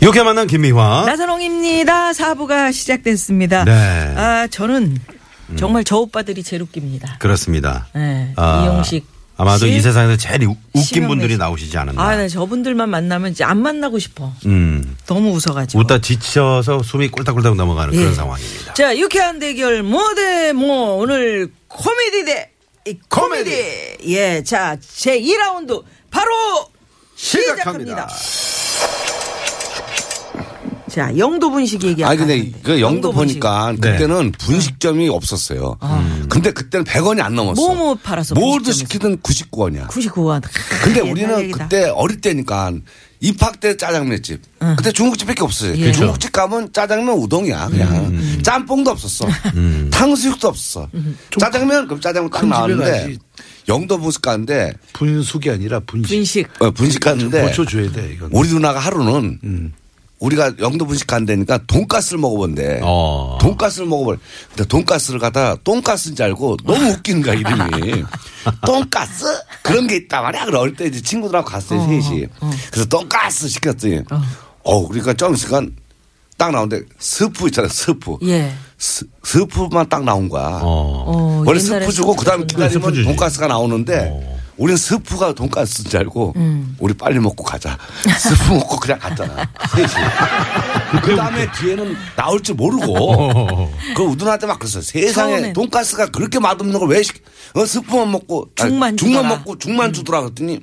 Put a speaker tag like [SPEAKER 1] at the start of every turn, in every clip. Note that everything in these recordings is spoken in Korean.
[SPEAKER 1] 이렇게 만난 김미화.
[SPEAKER 2] 나선홍입니다. 사부가 시작됐습니다.
[SPEAKER 1] 어? 네.
[SPEAKER 2] 아 저는 정말 저 오빠들이 제일 웃깁니다.
[SPEAKER 1] 그렇습니다.
[SPEAKER 2] 네,
[SPEAKER 1] 아,
[SPEAKER 2] 이용식
[SPEAKER 1] 아마도
[SPEAKER 2] 씨.
[SPEAKER 1] 이 세상에서 제일 우- 웃긴
[SPEAKER 2] 심형래
[SPEAKER 1] 분들이
[SPEAKER 2] 씨.
[SPEAKER 1] 나오시지 않았나.
[SPEAKER 2] 아, 나 저분들만 만나면 이제 안 만나고 싶어.
[SPEAKER 1] 음.
[SPEAKER 2] 너무 웃어가지고.
[SPEAKER 1] 웃다 지쳐서 숨이 꼴딱꼴딱 넘어가는 그런
[SPEAKER 2] 그렇죠. 예.
[SPEAKER 1] 상황입니다.
[SPEAKER 2] 자, 유쾌한 대결 뭐대 뭐 오늘 코미디 대 이, 코미디. 예, 자, 제 2라운드 바로 시작합니다. 자, 영도 분식 얘기하고.
[SPEAKER 3] 아니 근데 그 영도 보니까
[SPEAKER 1] 네.
[SPEAKER 3] 그때는 분식점이 없었어요. 근데 그때는 100원이 안 넘었어.
[SPEAKER 2] 아. 뭐, 뭐 팔았어,
[SPEAKER 3] 뭘
[SPEAKER 2] 분식점에서?
[SPEAKER 3] 시키든 99원이야.
[SPEAKER 2] 99원.
[SPEAKER 3] 근데 우리는 그때 어릴 때니까 입학 때 짜장면집. 그때 중국집밖에 없었어요.
[SPEAKER 2] 예.
[SPEAKER 4] 그렇죠.
[SPEAKER 3] 중국집 가면 짜장면 우동이야
[SPEAKER 4] 음,
[SPEAKER 3] 그냥. 짬뽕도 없었어. 탕수육도 없었어. 짜장면 그럼 짜장면 딱
[SPEAKER 4] 큰 음. 집에
[SPEAKER 3] 나왔는데
[SPEAKER 4] 가야지.
[SPEAKER 3] 영도 분식 가는데
[SPEAKER 4] 분숙이 아니라 분식.
[SPEAKER 2] 분식.
[SPEAKER 3] 어, 분식
[SPEAKER 2] 네.
[SPEAKER 3] 가는데
[SPEAKER 4] 고쳐줘야 돼, 이건.
[SPEAKER 3] 우리 누나가 하루는 우리가 영도 분식 간다니까 돈가스를 먹어본대.
[SPEAKER 1] 어.
[SPEAKER 3] 돈가스를 먹어볼. 근데 돈가스를 가다 똥가스인 줄 알고 너무 웃기는 거야 이름이. 똥가스 그런 게 있단 말이야. 그래 어릴 때 이제 친구들하고 갔어요 셋이. 그래서 똥가스 시켰더니 어. 우 그러니까 좀 시간 딱 나오는데 스프 있잖아요 스프.
[SPEAKER 2] 예.
[SPEAKER 3] 스, 스프만 딱 나온 거야.
[SPEAKER 1] 어.
[SPEAKER 2] 어,
[SPEAKER 3] 원래
[SPEAKER 2] 옛날에
[SPEAKER 3] 스프 주고 그다음 에
[SPEAKER 2] 스프구나.
[SPEAKER 3] 기다리면
[SPEAKER 1] 스프 주지.
[SPEAKER 3] 돈가스가 나오는데 우린 스프가 돈가스인 줄 알고
[SPEAKER 2] 음.
[SPEAKER 3] 우리 빨리 먹고 가자. 스프 먹고 그냥 갔잖아. 셋이. 그다음에 뒤에는 나올 줄 모르고 그 우둔한테 막 그랬어. 세상에
[SPEAKER 2] 처음엔.
[SPEAKER 3] 돈가스가 그렇게 맛없는 걸 왜 시? 어, 스프만 먹고 아니, 죽만
[SPEAKER 2] 죽만 주더라. 음.
[SPEAKER 3] 먹고 죽만 주더라 그랬더니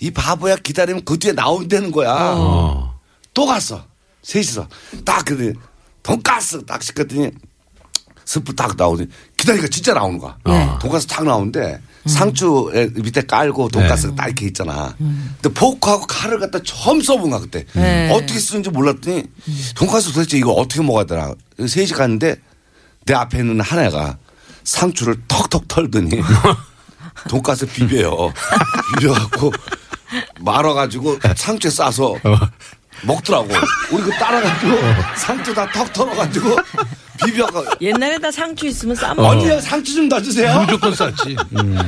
[SPEAKER 3] 이 바보야 기다리면 그 뒤에 나온다는 거야.
[SPEAKER 1] 어.
[SPEAKER 3] 또 갔어. 셋이서. 딱 그랬더니 돈가스 딱 시켰더니 스프 딱 나오더니 기다리니까 진짜 나오는 거야.
[SPEAKER 2] 네.
[SPEAKER 3] 돈가스 딱 나오는데
[SPEAKER 2] 음.
[SPEAKER 3] 상추에 밑에 깔고
[SPEAKER 2] 네.
[SPEAKER 3] 돈가스가 딱 이렇게 있잖아. 근데 포크하고 칼을 갖다 처음 써본 거야 그때.
[SPEAKER 2] 음. 네.
[SPEAKER 3] 어떻게 쓰는지 몰랐더니 돈가스 도대체 이거 어떻게 먹어야 되나. 셋이 갔는데 내 앞에 있는 한 애가 상추를 턱턱 털더니 돈가스 비벼요. 비벼갖고 말아가지고 상추에 싸서 먹더라고. 우리 그 따라가지고 상추 다 턱 털어가지고 비벼가.
[SPEAKER 2] 옛날에 다 상추 있으면 싸먹어.
[SPEAKER 3] 언니 상추 좀
[SPEAKER 2] 아.
[SPEAKER 3] 놔주세요.
[SPEAKER 4] 무조건 쌌지.
[SPEAKER 2] 음.
[SPEAKER 4] 음.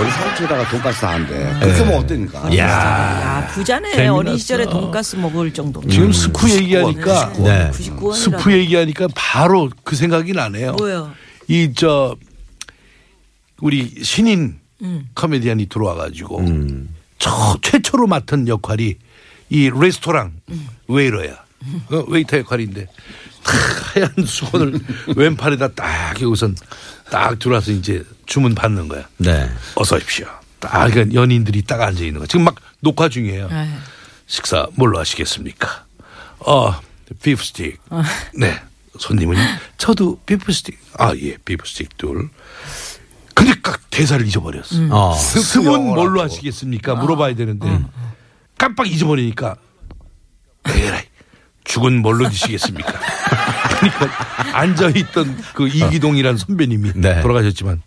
[SPEAKER 3] 우리 상추에다가 돈가스 나는데 그렇게 먹으면 어때니까?
[SPEAKER 2] 야, 아, 부자네. 어린 시절에 돈가스 먹을 정도.
[SPEAKER 3] 네.
[SPEAKER 4] 지금
[SPEAKER 2] 음.
[SPEAKER 4] 스프 얘기하니까.
[SPEAKER 1] 네.
[SPEAKER 2] 99원이라.
[SPEAKER 4] 스프 얘기하니까 바로 그 생각이 나네요.
[SPEAKER 2] 뭐요?
[SPEAKER 4] 이, 저, 우리 신인
[SPEAKER 2] 음.
[SPEAKER 4] 코미디언이 들어와가지고. 처- 최초로 맡은 역할이 이 레스토랑
[SPEAKER 2] 음.
[SPEAKER 4] 웨이러야. 어, 웨이터 역할인데. 탁 하얀 수건을 왼팔에다 딱 여기선 딱 들어와서 이제 주문 받는 거야.
[SPEAKER 1] 네.
[SPEAKER 4] 어서 오십시오. 딱 그러니까 연인들이 딱 앉아 있는 거. 지금 막 녹화 중이에요. 식사 뭘로 하시겠습니까? 어, 비프 스틱. 네. 손님은 저도 비프 스틱. 아, 예. 비프 스틱 둘. 근데 깍 대사를 잊어버렸어.
[SPEAKER 2] 음.
[SPEAKER 1] 어.
[SPEAKER 4] 스은
[SPEAKER 3] 영어라고.
[SPEAKER 4] 그 뭘로 하시겠습니까? 물어봐야 되는데 깜빡 잊어버리니까 에라이 죽은 뭘로 드시겠습니까? 그러니까 앉아있던 그 이기동이란 선배님이
[SPEAKER 1] 네.
[SPEAKER 4] 돌아가셨지만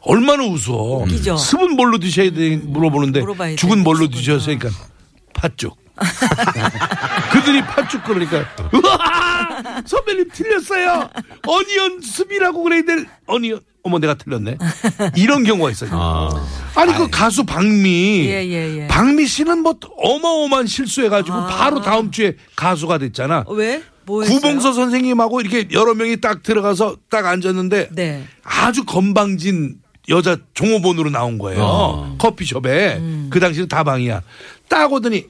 [SPEAKER 4] 얼마나 웃어.
[SPEAKER 2] 웃기죠.
[SPEAKER 4] 스은 뭘로 드셔야 돼 물어보는데
[SPEAKER 2] 물어봐야
[SPEAKER 4] 죽은
[SPEAKER 2] 돼.
[SPEAKER 4] 뭘로
[SPEAKER 2] 죽은
[SPEAKER 4] 드셨으니까 팥죽. 그들이 팥죽 그러니까 으아! 선배님 틀렸어요. 어니언 습이라고 그래야 될 어니언. 어머 내가 틀렸네. 이런 경우가 있어요.
[SPEAKER 1] 아.
[SPEAKER 4] 아니 그 가수 박미
[SPEAKER 2] 예, 예, 예.
[SPEAKER 4] 박미 씨는 뭐 어마어마한 실수해가지고 바로 다음 주에 가수가 됐잖아.
[SPEAKER 2] 어, 왜? 뭐 했어요?
[SPEAKER 4] 구봉서 선생님하고 이렇게 여러 명이 딱 들어가서 딱 앉았는데
[SPEAKER 2] 네.
[SPEAKER 4] 아주 건방진 여자 종업원으로 나온 거예요.
[SPEAKER 2] 아.
[SPEAKER 4] 커피숍에
[SPEAKER 2] 음.
[SPEAKER 4] 그 당시는 다방이야. 딱 오더니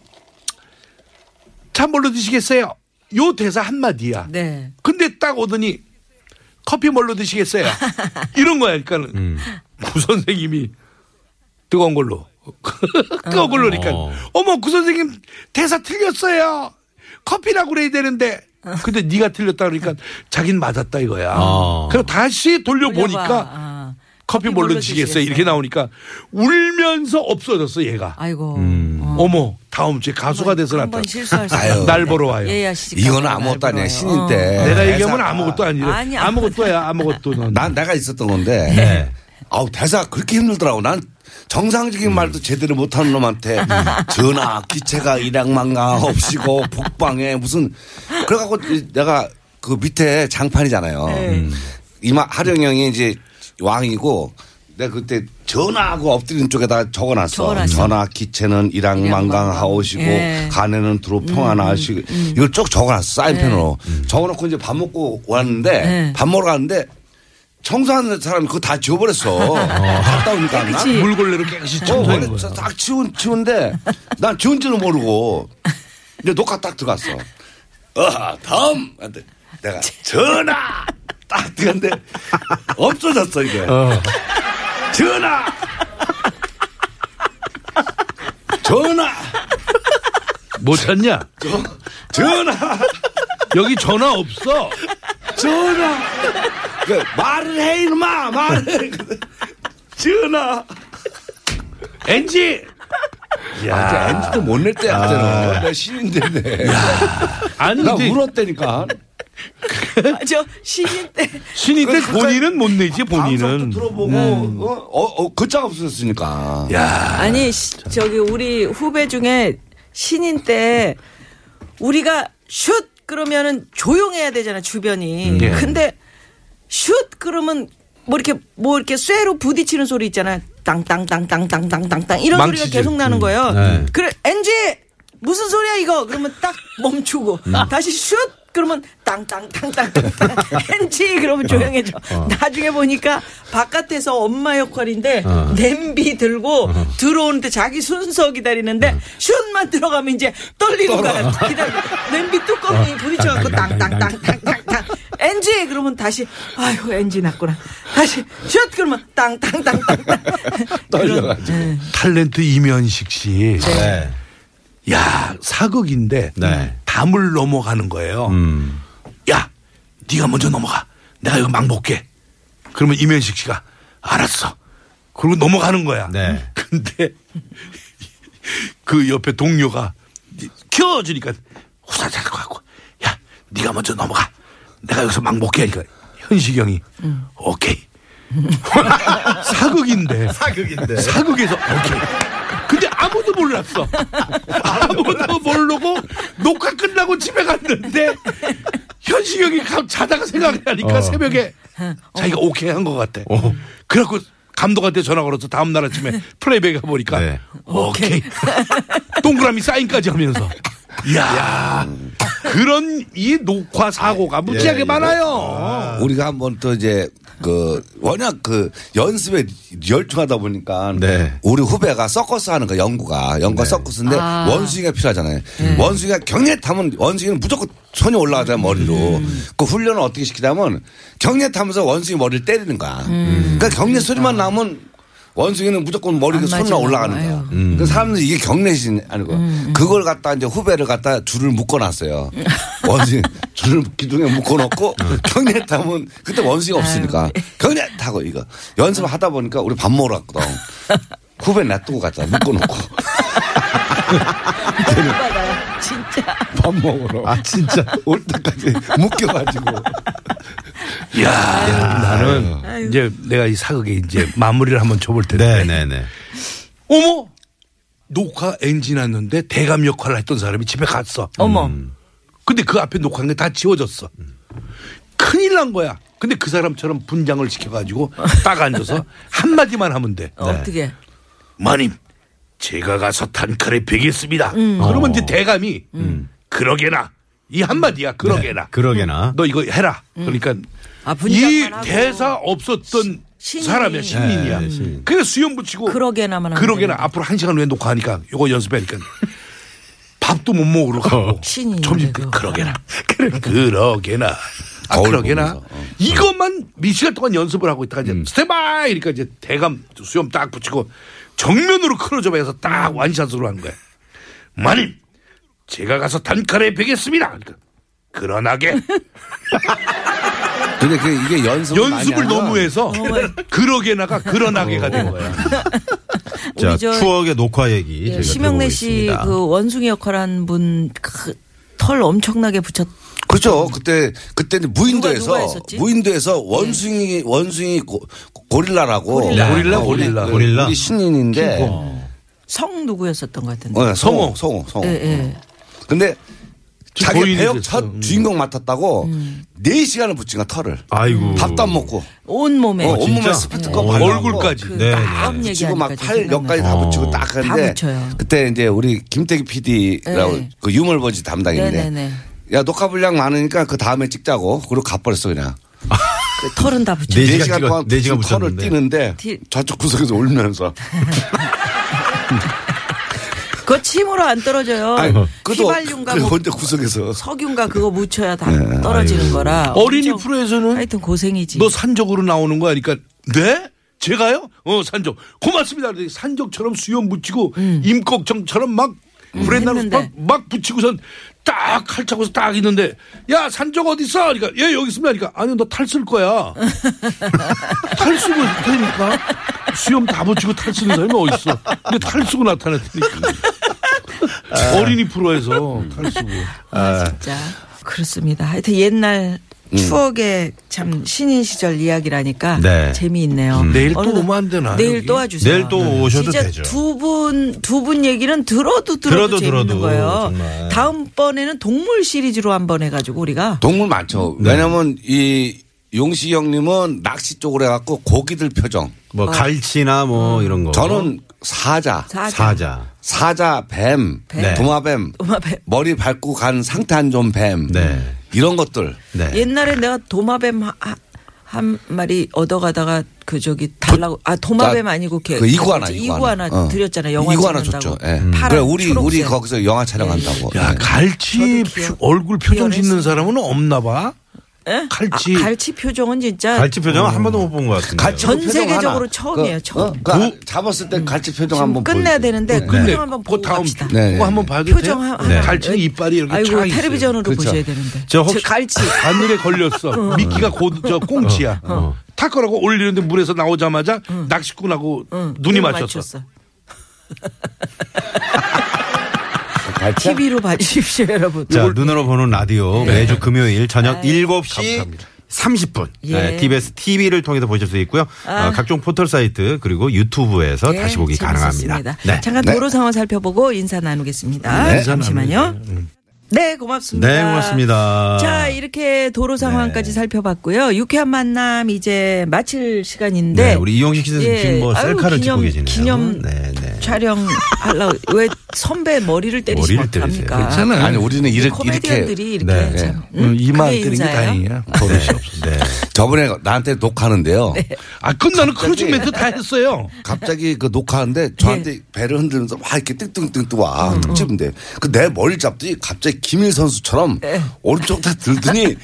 [SPEAKER 4] 참뭘로 드시겠어요? 요 대사 한 마디야.
[SPEAKER 2] 네.
[SPEAKER 4] 근데 딱 오더니 커피 뭘로 드시겠어요? 이런 거야. 그러니까는
[SPEAKER 3] 음.
[SPEAKER 4] 구 선생님이 뜨거운 걸로. 뜨거운 걸로 그러니까
[SPEAKER 1] 어.
[SPEAKER 4] 어머 구 선생님 대사 틀렸어요. 커피라고 그래야 되는데. 근데
[SPEAKER 3] 아.
[SPEAKER 4] 네가 틀렸다 그러니까 자긴 맞았다 이거야.
[SPEAKER 1] 어.
[SPEAKER 4] 그래서 다시 돌려보니까
[SPEAKER 2] 아,
[SPEAKER 4] 커피 뭘로 드시겠어요? 이렇게 나오니까 울면서 없어졌어 얘가.
[SPEAKER 2] 아이고.
[SPEAKER 3] 음.
[SPEAKER 4] 어머 다음 주에 가수가 돼서
[SPEAKER 2] 한번
[SPEAKER 4] 나타나.
[SPEAKER 2] 실수할 수
[SPEAKER 3] 아유,
[SPEAKER 2] 있는데.
[SPEAKER 4] 날 보러 와요.
[SPEAKER 2] 예, 야, 시집
[SPEAKER 3] 이거는
[SPEAKER 2] 가서 날
[SPEAKER 3] 아무것도 아니야.
[SPEAKER 2] 보러
[SPEAKER 3] 신인
[SPEAKER 2] 와요.
[SPEAKER 3] 때.
[SPEAKER 4] 내가 얘기하면
[SPEAKER 3] 네, 대사가.
[SPEAKER 4] 아무것도 아니래.
[SPEAKER 2] 아니, 아무-
[SPEAKER 4] 아무것도야 아무것도 넌.
[SPEAKER 3] 난 내가 있었던 건데. 아우 대사 그렇게 힘들더라고. 난 정상적인 말도 제대로 못하는 놈한테 전화 기체가 일양만가 없이고 북방에 무슨 그래갖고 내가 그 밑에 장판이잖아요.
[SPEAKER 2] 네.
[SPEAKER 3] 이마 하령 형이 이제 왕이고 내가 그때 전화하고 엎드리는 쪽에다가 적어놨어.
[SPEAKER 2] 적어놨어.
[SPEAKER 3] 전화 기체는
[SPEAKER 2] 일양만강.
[SPEAKER 3] 일양만강하오시고
[SPEAKER 2] 예. 음,
[SPEAKER 3] 간에는 두루 평안하시고 이걸 쭉 적어놨어 사인펜으로 적어놓고 이제 밥 먹고 왔는데
[SPEAKER 2] 네.
[SPEAKER 3] 밥 먹으러 갔는데 청소하는 사람이 그거 다 지워버렸어 갔다 오니까 안 나?
[SPEAKER 4] 물걸레로 깨끗이
[SPEAKER 3] 어,
[SPEAKER 4] 청소하는
[SPEAKER 3] 원래
[SPEAKER 4] 거야.
[SPEAKER 3] 딱 치운 치운데 난 지운지는 모르고 이제 녹화 딱 들어갔어 어 다음 한테 내가 전화 딱 들어갔는데 없어졌어 이게 전화 전화
[SPEAKER 4] 못뭐 찾냐?
[SPEAKER 3] 전화
[SPEAKER 4] 여기 전화 없어.
[SPEAKER 3] 전화. 그 말을 해 이놈아 말을. 전화.
[SPEAKER 4] 엔지 아.
[SPEAKER 3] 야, 엔지도 못 낼 때야 그때는. 내 신인데네.
[SPEAKER 4] 아니
[SPEAKER 3] 나
[SPEAKER 4] 근데
[SPEAKER 3] 울었다니까.
[SPEAKER 2] 아, 저 신인 때.
[SPEAKER 4] 신인 때
[SPEAKER 3] 그래서
[SPEAKER 4] 본인은 못 내지
[SPEAKER 3] 아, 방송도
[SPEAKER 4] 본인은. 음.
[SPEAKER 3] 들어보고 어, 어, 어 글자가 없어졌으니까.
[SPEAKER 2] 아니 시- 저기 우리 후배 중에 신인 때 우리가 슛 그러면은 조용해야 되잖아 주변이.
[SPEAKER 4] 예.
[SPEAKER 2] 근데 슛 그러면 뭐 이렇게 뭐 이렇게 쇠로 부딪히는 소리 있잖아. 땅땅땅땅땅땅땅땅 이런
[SPEAKER 4] 망치질. 음.
[SPEAKER 2] 소리가 계속 나는 거예요.
[SPEAKER 1] 네.
[SPEAKER 2] 그래 엔지 무슨 소리야 이거 그러면 딱 멈추고 다시 슛 그러면 땅땅땅땅 엔지 그러면 조용해져. 나중에 보니까 바깥에서 엄마 역할인데
[SPEAKER 1] 어.
[SPEAKER 2] 냄비 들고 들어오는데 자기 순서 기다리는데 슛만 들어가면 이제 떨리는 거야. 기다려. 냄비 뚜껑이 부딪혀갖고 땅땅땅땅땅땅. 엔지 그러면 다시 아유 엔지 났구나. 다시 슛 그러면 땅땅땅땅땅.
[SPEAKER 3] 떨려가지고. 음,
[SPEAKER 4] 음. 탤런트 이면식 씨.
[SPEAKER 1] 네.
[SPEAKER 4] 야 사극인데
[SPEAKER 1] 네.
[SPEAKER 4] 담을 넘어가는 거예요.
[SPEAKER 1] 음.
[SPEAKER 4] 야 네가 먼저 넘어가. 내가 이거 막 볼게. 그러면 이면식 씨가 알았어. 그리고 넘어가는 거야.
[SPEAKER 1] 네.
[SPEAKER 4] 근데 그 옆에 동료가 키워주니까 후사닥 하고 야 네가 먼저 넘어가. 내가 여기서 막 볼게. 그러니까 현식이 형이 오케이. 사극인데
[SPEAKER 1] 사극인데.
[SPEAKER 4] 사극에서 오케이. 근데 아무도 몰랐어. 아무도 모르고 녹화 끝나고 집에 갔는데 현식이 형이 가- 자다가 생각하니까 새벽에 자기가 오케이 한 것 같아.
[SPEAKER 1] 어.
[SPEAKER 4] 그래갖고 감독한테 전화 걸어서 다음 날 아침에 플레이백 해보니까
[SPEAKER 1] 네.
[SPEAKER 4] 오케이. 동그라미 사인까지 하면서. 이야. 그런 이 녹화 사고가 무지하게 아, 예, 많아요.
[SPEAKER 3] 우리가 한번 또 이제 그 워낙 그 연습에 열중하다 보니까
[SPEAKER 1] 네.
[SPEAKER 3] 우리 후배가 서커스 하는 거 연구가 연구가 서커스인데 원숭이가 필요하잖아요. 원숭이가 경례 타면 원숭이는 무조건 손이 올라가잖아 머리로. 그 훈련을 어떻게 시키냐면 경례 타면서 원숭이 머리를 때리는 거야. 그러니까 경례 소리만 나면 원숭이는 무조건 머리가
[SPEAKER 2] 안
[SPEAKER 3] 손으로
[SPEAKER 2] 맞으려고
[SPEAKER 3] 올라가는
[SPEAKER 2] 해요.
[SPEAKER 3] 거야. 그 사람들이 이게 경례신 아니고 그걸 갖다 이제 후배를 갖다 줄을 묶어놨어요. 원숭이 줄을 기둥에 묶어놓고 경례 타면 그때 원숭이 없으니까 경례 타고 이거 연습을 하다 보니까 우리 밥 먹으러 갔거든. 후배 놔두고 갔다 묶어놓고
[SPEAKER 2] 열받아요. 진짜.
[SPEAKER 3] 밥 먹으러
[SPEAKER 1] 아, 진짜.
[SPEAKER 3] 올 때까지 묶여가지고
[SPEAKER 4] 이야. 나는 이제 내가 이 사극에 이제 마무리를 한번 쳐볼 텐데.
[SPEAKER 1] 네네네.
[SPEAKER 4] 어머 녹화 엔진 났는데 대감 역할을 했던 사람이 집에 갔어.
[SPEAKER 2] 어머.
[SPEAKER 4] 근데 그 앞에 녹화한 게 다 지워졌어. 큰일 난 거야. 근데 그 사람처럼 분장을 시켜가지고 딱 앉아서 한마디만 하면 돼.
[SPEAKER 2] 어떻게?
[SPEAKER 4] 마님, 제가 가서 단칼에 베겠습니다. 음. 어. 그러면 이제 대감이 그러게나 이 한마디야. 그러게나.
[SPEAKER 2] 음.
[SPEAKER 1] 그러게나.
[SPEAKER 4] 너 이거 해라. 그러니까
[SPEAKER 2] 아,
[SPEAKER 4] 이
[SPEAKER 2] 분장만 하고.
[SPEAKER 4] 대사 없었던
[SPEAKER 2] 신인이. 예,
[SPEAKER 4] 사람이야 신인이야. 음.
[SPEAKER 1] 네, 신인.
[SPEAKER 4] 그래 수염 붙이고
[SPEAKER 2] 그러게나만 하면
[SPEAKER 4] 그러게나
[SPEAKER 2] 되는데.
[SPEAKER 4] 앞으로 한 시간 후에 녹화하니까 요거 연습하니까 밥도 못 먹으러 가고
[SPEAKER 2] 어, 신인인데
[SPEAKER 4] 점심 때
[SPEAKER 2] 그거. 어.
[SPEAKER 4] 그러게나 그러게나 아
[SPEAKER 3] 거울
[SPEAKER 4] 그러게나
[SPEAKER 3] 보면서, 어. 음.
[SPEAKER 4] 이것만 몇 시간 동안 연습을 하고 있다가 이제 스테바이 이러니까 이제 대감 수염 딱 붙이고 정면으로 크로즈업해서 딱 완샷으로 한 거야. 마님 제가 가서 단칼에 베겠습니다. 그러니까 그러나게
[SPEAKER 3] 근데 그 이게 연습을
[SPEAKER 4] 연습을
[SPEAKER 3] 많이 하면
[SPEAKER 4] 너무 어. 해서 그러게나가 그러나게가 된 거야.
[SPEAKER 1] 자,
[SPEAKER 2] 우리 저- 예,
[SPEAKER 1] 추억의 녹화 얘기. 저희가
[SPEAKER 2] 심영래 씨
[SPEAKER 1] 들어보겠습니다.
[SPEAKER 2] 그 원숭이 역할한 분 그 털 엄청나게 붙였.
[SPEAKER 3] 그렇죠. 그때 그때는 무인도에서
[SPEAKER 2] 누가 했었지? 네.
[SPEAKER 3] 무인도에서 원숭이 원숭이 고, 릴라라고 네.
[SPEAKER 4] 고릴라. 고릴라, 고릴라.
[SPEAKER 1] 고릴라.
[SPEAKER 3] 우리 신인인데
[SPEAKER 2] 성 누구였었던 것 같은데.
[SPEAKER 3] 어, 성호 성호 성호.
[SPEAKER 2] 예, 예.
[SPEAKER 3] 근데 자기
[SPEAKER 4] 고인이
[SPEAKER 3] 배역
[SPEAKER 4] 됐어.
[SPEAKER 3] 첫
[SPEAKER 4] 음.
[SPEAKER 3] 주인공 맡았다고
[SPEAKER 2] 음.
[SPEAKER 3] 네 시간을 붙인 거 털을.
[SPEAKER 1] 아이고.
[SPEAKER 3] 밥도 안 먹고
[SPEAKER 2] 온 몸에
[SPEAKER 3] 어, 온몸에
[SPEAKER 1] 진짜?
[SPEAKER 3] 스프트
[SPEAKER 1] 네.
[SPEAKER 3] 거
[SPEAKER 1] 어,
[SPEAKER 3] 발라갖고
[SPEAKER 4] 얼굴까지.
[SPEAKER 2] 그
[SPEAKER 1] 네,
[SPEAKER 2] 마음
[SPEAKER 1] 네.
[SPEAKER 3] 붙이고
[SPEAKER 2] 얘기하니까
[SPEAKER 3] 막 팔 옆까지 다
[SPEAKER 1] 어.
[SPEAKER 3] 붙이고 딱
[SPEAKER 2] 다
[SPEAKER 3] 하는데
[SPEAKER 2] 붙여요.
[SPEAKER 3] 그때 이제 우리 김태기 PD라고
[SPEAKER 2] 네.
[SPEAKER 3] 그 유물버지 담당인데
[SPEAKER 2] 네네네.
[SPEAKER 3] 야 녹화 분량 많으니까 그 다음에 찍자고 그리고 가버렸어 그냥.
[SPEAKER 2] 털은 다 붙였.
[SPEAKER 1] 네
[SPEAKER 3] 네
[SPEAKER 1] 시간
[SPEAKER 3] 시간
[SPEAKER 1] 찍었-
[SPEAKER 3] 동안
[SPEAKER 1] 네 시간
[SPEAKER 3] 무슨 털을
[SPEAKER 1] 붙였는데.
[SPEAKER 3] 뛰는데
[SPEAKER 2] 티-
[SPEAKER 3] 좌측 구석에서 울면서
[SPEAKER 2] 그거 침으로 안 떨어져요.
[SPEAKER 3] 아니, 그래도
[SPEAKER 2] 휘발유인가
[SPEAKER 3] 그
[SPEAKER 2] 뭐
[SPEAKER 3] 혼자 구석에서
[SPEAKER 2] 석윤과 그거 묻혀야 다
[SPEAKER 1] 네.
[SPEAKER 2] 떨어지는 거라.
[SPEAKER 4] 어린이
[SPEAKER 2] 엄청-
[SPEAKER 4] 프로에서는
[SPEAKER 2] 하여튼 고생이지.
[SPEAKER 4] 너 산적으로 나오는 거야. 그러니까 네? 제가요? 어 산적. 고맙습니다. 그랬더니 산적처럼 수염 붙이고 임꺽정처럼 막 브랜나로
[SPEAKER 2] 음. 했는데.
[SPEAKER 4] 막, 막 붙이고선 딱 칼차고서 딱 있는데 야 산적 어디 있어? 그러니까 예 여기 있습니다. 그러니까 아니 너 탈 쓸 거야. 탈 쓰고 있다니까 수염 다 붙이고 탈 쓰는 사람이 어디 있어? 근데 탈 쓰고 나타났으니까 어린이 프로에서 탈 쓰고
[SPEAKER 2] 아, 진짜 그렇습니다. 하여튼 옛날
[SPEAKER 3] 음.
[SPEAKER 2] 추억의 참 신인 시절 이야기라니까
[SPEAKER 1] 네.
[SPEAKER 2] 재미있네요.
[SPEAKER 3] 음.
[SPEAKER 4] 내일 또
[SPEAKER 2] 어느덧-
[SPEAKER 4] 오면 안 되나,
[SPEAKER 2] 내일
[SPEAKER 4] 여기?
[SPEAKER 2] 또 와주세요.
[SPEAKER 1] 내일 또 오셔도
[SPEAKER 2] 진짜
[SPEAKER 1] 되죠.
[SPEAKER 2] 두분 두 분 얘기는 들어도 들어도,
[SPEAKER 1] 들어도
[SPEAKER 2] 재밌는
[SPEAKER 1] 들어도
[SPEAKER 2] 거예요.
[SPEAKER 1] 정말.
[SPEAKER 2] 다음 번에는 동물 시리즈로 한번 해가지고 우리가
[SPEAKER 3] 동물 많죠.
[SPEAKER 1] 네.
[SPEAKER 3] 왜냐면 이 용식 형님은 낚시 쪽으로 해갖고 고기들 표정.
[SPEAKER 1] 뭐 갈치나 뭐
[SPEAKER 2] 어.
[SPEAKER 1] 이런 거.
[SPEAKER 3] 저는 사자,
[SPEAKER 2] 사자,
[SPEAKER 1] 사자.
[SPEAKER 3] 사자, 뱀,
[SPEAKER 2] 뱀.
[SPEAKER 3] 도마뱀,
[SPEAKER 2] 도마뱀.
[SPEAKER 3] 머리 밟고 간 상태 안 좋은 뱀.
[SPEAKER 1] 네.
[SPEAKER 3] 이런 것들.
[SPEAKER 1] 네.
[SPEAKER 2] 옛날에 내가 도마뱀 하- 하- 한 마리 얻어가다가 그 저기 달라고 아 도마뱀
[SPEAKER 3] 자,
[SPEAKER 2] 아니고 걔
[SPEAKER 3] 그 이구아나,
[SPEAKER 2] 뭐지?
[SPEAKER 3] 이구아나. 어.
[SPEAKER 2] 드렸잖아요. 영화
[SPEAKER 3] 이구아나
[SPEAKER 2] 찍는다고.
[SPEAKER 3] 줬죠. 예.
[SPEAKER 2] 파란
[SPEAKER 3] 그래, 우리, 우리
[SPEAKER 2] 초록색.
[SPEAKER 3] 거기서 영화 촬영한다고.
[SPEAKER 4] 야
[SPEAKER 3] 예.
[SPEAKER 4] 갈치
[SPEAKER 2] 저도 귀여워.
[SPEAKER 4] 표- 얼굴 표정 짓는
[SPEAKER 2] 귀여워했어요.
[SPEAKER 4] 사람은 없나 봐.
[SPEAKER 2] 예?
[SPEAKER 4] 갈치.
[SPEAKER 2] 아, 갈치 표정은 진짜
[SPEAKER 1] 갈치 표정 한 번도 못 본 것 같은데.
[SPEAKER 3] 갈치
[SPEAKER 2] 전
[SPEAKER 3] 표정 하나.
[SPEAKER 2] 세계적으로 처음이에요,
[SPEAKER 3] 그,
[SPEAKER 2] 처음.
[SPEAKER 3] 예. 어? 그 아, 잡았을 때 갈치 표정 한번
[SPEAKER 2] 끝내야
[SPEAKER 3] 보여주세요.
[SPEAKER 2] 되는데
[SPEAKER 4] 근데
[SPEAKER 2] 표정 한번
[SPEAKER 4] 그
[SPEAKER 2] 보고
[SPEAKER 4] 다음
[SPEAKER 2] 어, 갑시다.
[SPEAKER 3] 네, 네.
[SPEAKER 4] 그거 한번 봐도
[SPEAKER 2] 표정
[SPEAKER 4] 돼요? 네.
[SPEAKER 2] 한 하나.
[SPEAKER 4] 갈치는 이빨이 이렇게
[SPEAKER 2] 아이고
[SPEAKER 4] 차 있어요.
[SPEAKER 2] 텔레비전으로
[SPEAKER 3] 그렇죠.
[SPEAKER 2] 보셔야 되는데.
[SPEAKER 1] 저 혹시-
[SPEAKER 2] 저 갈치
[SPEAKER 4] 바늘에 걸렸어. 미끼가 곧저 꽁치야.
[SPEAKER 2] 어.
[SPEAKER 4] 타커라고 올리는데 물에서 나오자마자 낚시꾼하고
[SPEAKER 2] 응,
[SPEAKER 4] 눈이 맞췄어.
[SPEAKER 3] 갈치?
[SPEAKER 2] TV로 봐주십시오, 여러분.
[SPEAKER 1] 자, 눈으로 보는 라디오
[SPEAKER 2] 네.
[SPEAKER 1] 매주 금요일 저녁 7시 30분
[SPEAKER 2] 예. 아.
[SPEAKER 1] 네, TBS TV를 통해서 보실 수 있고요. 어, 각종 포털 사이트 그리고 유튜브에서
[SPEAKER 2] 예,
[SPEAKER 1] 다시 보기
[SPEAKER 2] 재밌었습니다.
[SPEAKER 1] 가능합니다. 네.
[SPEAKER 2] 잠깐 도로 상황 살펴보고 인사 나누겠습니다. 잠시만요. 네, 고맙습니다.
[SPEAKER 1] 네, 고맙습니다.
[SPEAKER 2] 자, 이렇게 도로 상황까지
[SPEAKER 1] 네.
[SPEAKER 2] 살펴봤고요. 유쾌한 만남 이제 마칠 시간인데. 예.
[SPEAKER 1] 네, 우리 이용식 씨는 지금 뭐
[SPEAKER 2] 아유,
[SPEAKER 1] 셀카를
[SPEAKER 2] 기념,
[SPEAKER 1] 찍고 계시네요.
[SPEAKER 2] 기념
[SPEAKER 1] 네, 네.
[SPEAKER 2] 촬영 하려고 왜 선배 머리를 때리시면
[SPEAKER 1] 머리를 때리세요.
[SPEAKER 2] 어떡합니까?
[SPEAKER 4] 괜찮아.
[SPEAKER 3] 아니, 우리는 이렇게, 이렇게
[SPEAKER 2] 그 코미디언들이 이렇게
[SPEAKER 1] 네.
[SPEAKER 2] 참. 음,
[SPEAKER 4] 응, 이마 안
[SPEAKER 2] 그게
[SPEAKER 4] 때린 게
[SPEAKER 2] 인사예요?
[SPEAKER 4] 다행이야. 버릇이 없어.
[SPEAKER 1] 네.
[SPEAKER 3] 저번에 나한테 녹화하는데요.
[SPEAKER 2] 네.
[SPEAKER 4] 아 끝나는
[SPEAKER 2] 예.
[SPEAKER 4] 크루징 멘트 다 했어요.
[SPEAKER 3] 갑자기 그 녹화하는데 저한테 배를 흔들면서 막 이렇게 띵띵띵
[SPEAKER 2] 음,
[SPEAKER 3] 또와 뚝집인데 그 내 머리를 잡더니 갑자기 김일 선수처럼
[SPEAKER 2] 예.
[SPEAKER 3] 오른쪽 다 들더니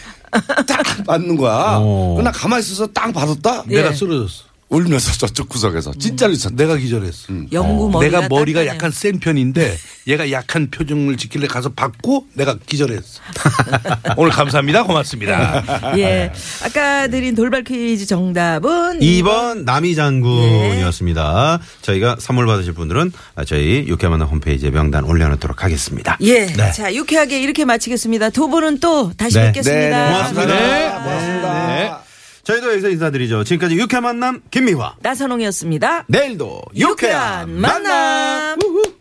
[SPEAKER 3] 딱 맞는 거야.
[SPEAKER 1] 오.
[SPEAKER 3] 그나 가만히 있어서 딱 받았다.
[SPEAKER 2] 예.
[SPEAKER 4] 내가 쓰러졌어.
[SPEAKER 3] 울면서 저쪽 구석에서
[SPEAKER 2] 음.
[SPEAKER 3] 진짜로 있었.
[SPEAKER 4] 내가 기절했어.
[SPEAKER 2] 영구 머리가
[SPEAKER 4] 내가 머리가
[SPEAKER 2] 딱딱해요.
[SPEAKER 4] 약간 센 편인데 얘가 약한 표정을 지킬래 가서 받고 내가 기절했어. 오늘 감사합니다. 고맙습니다.
[SPEAKER 2] 예. 아까 드린 돌발 퀴즈 정답은
[SPEAKER 1] 2번 남이
[SPEAKER 2] 예.
[SPEAKER 1] 장군이었습니다. 저희가 선물 받으실 분들은 저희 육회 만남 홈페이지에 명단 올려놓도록 하겠습니다.
[SPEAKER 2] 예.
[SPEAKER 1] 네.
[SPEAKER 2] 자, 유쾌하게 이렇게 마치겠습니다. 두 분은 또 다시
[SPEAKER 1] 네.
[SPEAKER 2] 뵙겠습니다.
[SPEAKER 1] 고맙습니다.
[SPEAKER 4] 네,
[SPEAKER 1] 고맙습니다. 저희도 여기서 인사드리죠. 지금까지 육회 만남 김미화.
[SPEAKER 2] 나선홍이었습니다.
[SPEAKER 1] 내일도
[SPEAKER 2] 유쾌한 만남.
[SPEAKER 1] 우후.